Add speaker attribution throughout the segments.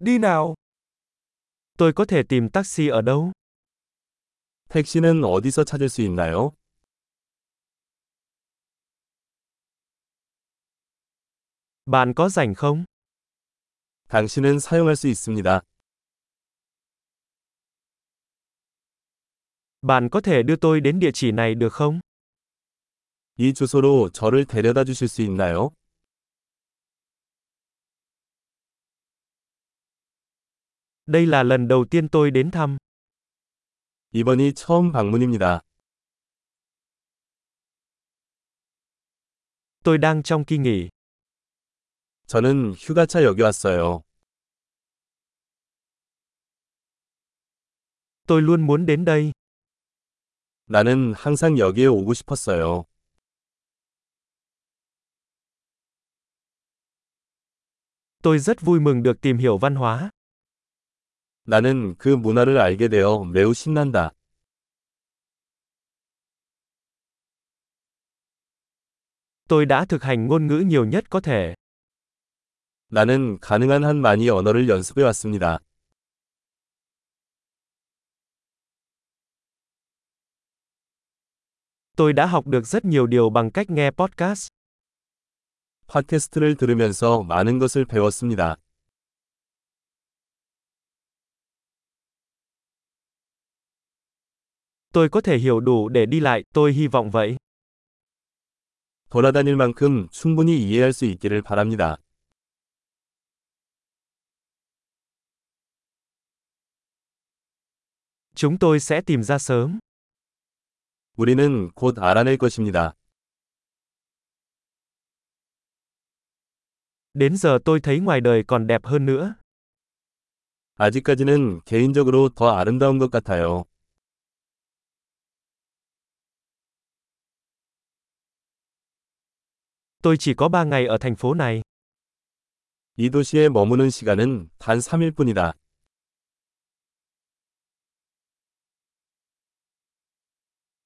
Speaker 1: đi nào.
Speaker 2: Tôi có thể tìm taxi ở đâu?
Speaker 3: 택시는 어디서 찾을 수 있나요?
Speaker 2: Bạn có rảnh không?
Speaker 3: 당신은 사용할 수 있습니다.
Speaker 2: Bạn có thể đưa tôi đến địa chỉ này được không?
Speaker 3: 이 주소로 저를 데려다 주실 수 있나요?
Speaker 2: Đây là lần đầu tiên tôi đến thăm.
Speaker 3: 이번이 처음 방문입니다.
Speaker 2: Tôi đang trong kỳ nghỉ.
Speaker 3: 저는 휴가차 여기 왔어요.
Speaker 2: Tôi luôn muốn đến đây.
Speaker 3: 나는 항상 여기에 오고 싶었어요.
Speaker 2: Tôi rất vui mừng được tìm hiểu văn hóa.
Speaker 3: 나는 그 문화를 알게 되어 매우 신난다.
Speaker 2: Tôi đã thực hành ngôn ngữ nhiều nhất có thể.
Speaker 3: 나는 가능한 한 많이 언어를 연습해 왔습니다.
Speaker 2: Tôi đã học được rất nhiều điều bằng cách nghe podcast.
Speaker 3: 팟캐스트를 들으면서 많은 것을 배웠습니다.
Speaker 2: Tôi có thể hiểu đủ để đi lại, tôi hy vọng vậy.
Speaker 3: 돌아다닐 만큼 충분히 이해할 수 있기를 바랍니다.
Speaker 2: Chúng tôi sẽ tìm ra sớm.
Speaker 3: 우리는 곧 알아낼 것입니다.
Speaker 2: Đến giờ tôi thấy ngoài đời còn đẹp hơn nữa.
Speaker 3: 아직까지는 개인적으로 더 아름다운 것 같아요.
Speaker 2: Tôi chỉ có 3 ngày ở thành phố này.
Speaker 3: 이 도시에 머무는 시간은 단 3일 뿐이다.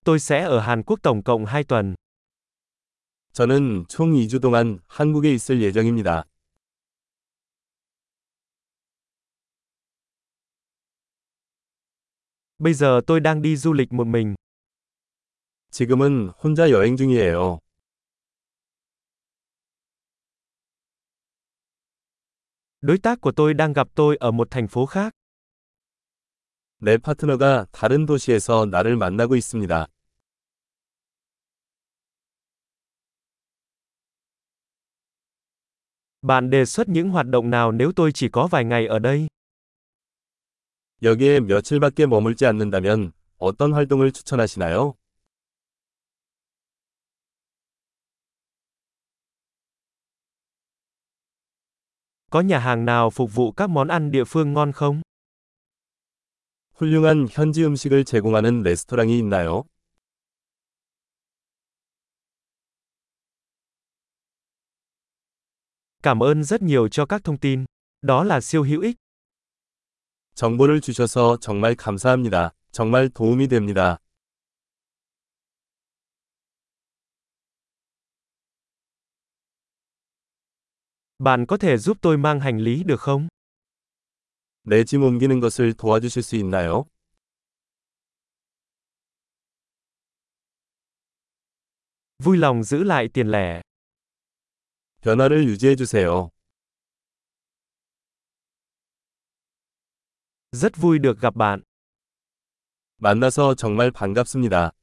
Speaker 2: Tôi sẽ ở Hàn Quốc tổng cộng 2 tuần.
Speaker 3: 저는 총 2주 동안 한국에 있을 예정입니다.
Speaker 2: Bây giờ tôi đang đi du lịch một mình.
Speaker 3: 지금은 혼자 여행 중이에요.
Speaker 2: Đối tác của tôi đang gặp tôi ở một thành phố khác.
Speaker 3: 내 파트너가 다른 도시에서 나를 만나고 있습니다.
Speaker 2: Bạn đề xuất những hoạt động nào nếu tôi chỉ có vài ngày ở đây?
Speaker 3: 여기에 며칠밖에 머물지 않는다면 어떤 활동을 추천하시나요?
Speaker 2: Có nhà hàng nào phục vụ các món ăn địa phương ngon không?
Speaker 3: 훌륭한 현지 음식을 제공하는 레스토랑이 있나요?
Speaker 2: Cảm ơn rất nhiều cho các thông tin. Đó là siêu hữu ích.
Speaker 3: 정보를 주셔서 정말 감사합니다. 정말 도움이 됩니다.
Speaker 2: Bạn có thể giúp tôi mang hành lý được không?
Speaker 3: 내 짐 옮기는 것을 도와주실 수 있나요?
Speaker 2: Vui lòng giữ lại tiền lẻ.
Speaker 3: 변화를 유지해 주세요.
Speaker 2: Rất vui được gặp bạn.
Speaker 3: 만나서 정말 반갑습니다.